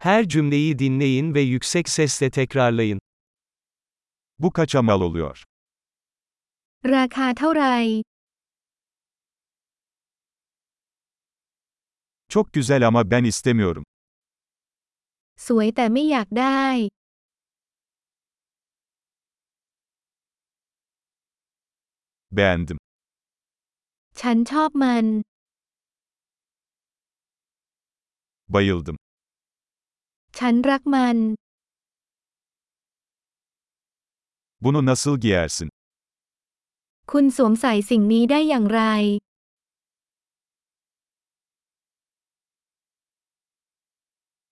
Her cümleyi dinleyin ve yüksek sesle tekrarlayın. Bu kaça mal oluyor? ราคาเท่าไหร่ Çok güzel ama ben istemiyorum. สวยแต่ไม่อยากได้ Beğendim. ฉันชอบมัน Bayıldım. ฉันรักมัน Bunu nasıl giyersin? คุณสวมใส่สิ่งนี้ได้อย่างไร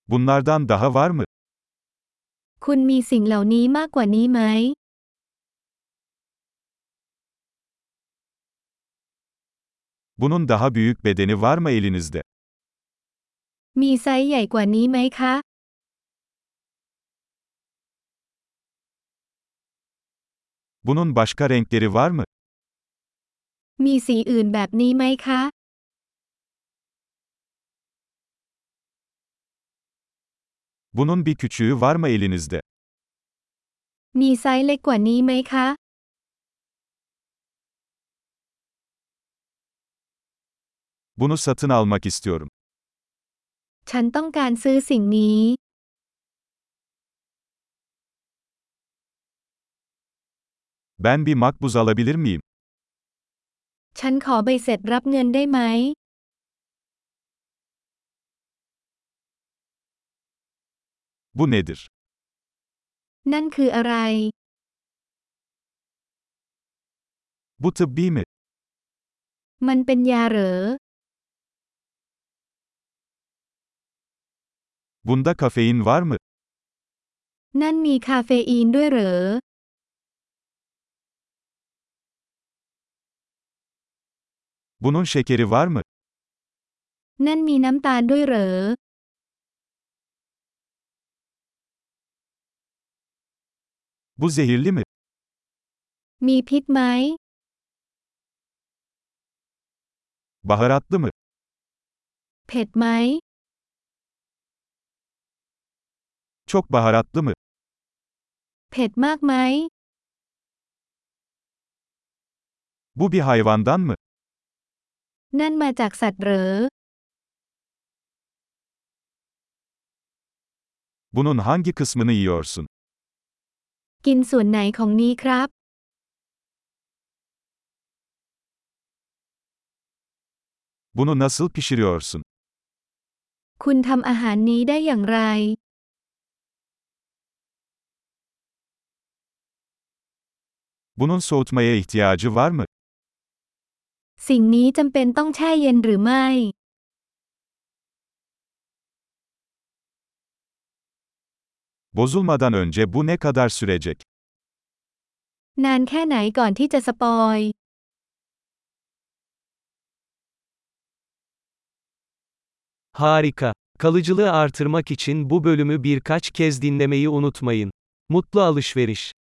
Bunlardan daha var mı? คุณมีสิ่งเหล่านี้มากกว่านี้ไหม Bunun daha büyük bedeni var mı elinizde? มีไซส์ใหญ่กว่านี้ไหมคะ Bunun başka renkleri var mı? มีสีอื่นแบบนี้ไหมคะ Bunun bir küçüğü var mı elinizde? มีไซส์เล็กกว่านี้ไหมคะ Bunu satın almak istiyorum. ฉันต้องการซื้อสิ่งนี้ Ben bir makbuz alabilir miyim? ฉันขอใบเสร็จรับเงินได้ไหม Bu nedir? นั่นคืออะไร Bu tıbbi mi? มันเป็นยาเหรอ Bunda kafein var mı? นั่นมีคาเฟอีนด้วยเหรอ Bunun şekeri var mı? นั่นมีน้ำตาลด้วยเหรอ Bu zehirli mi? มีพิษไหม Baharatlı mı? เผ็ดไหม Çok baharatlı mı? เผ็ดมากไหม Bu bir hayvandan mı? นั่นมาจากสัตว์เหรอ Bunun hangi kısmını yiyorsun? กินส่วนไหนของนี้ครับ Bunu nasıl pişiriyorsun? คุณทำอาหารนี้ได้อย่างไร Bunun soğutmaya ihtiyacı var mı? สิ่งนี้จำเป็นต้องแช่เย็นหรือไม่ Bozulmadan önce bu ne kadar sürecek? นานแค่ไหนก่อนที่จะสปอย Harika. Kalıcılığı artırmak için bu bölümü birkaç kez dinlemeyi unutmayın. Mutlu alışveriş.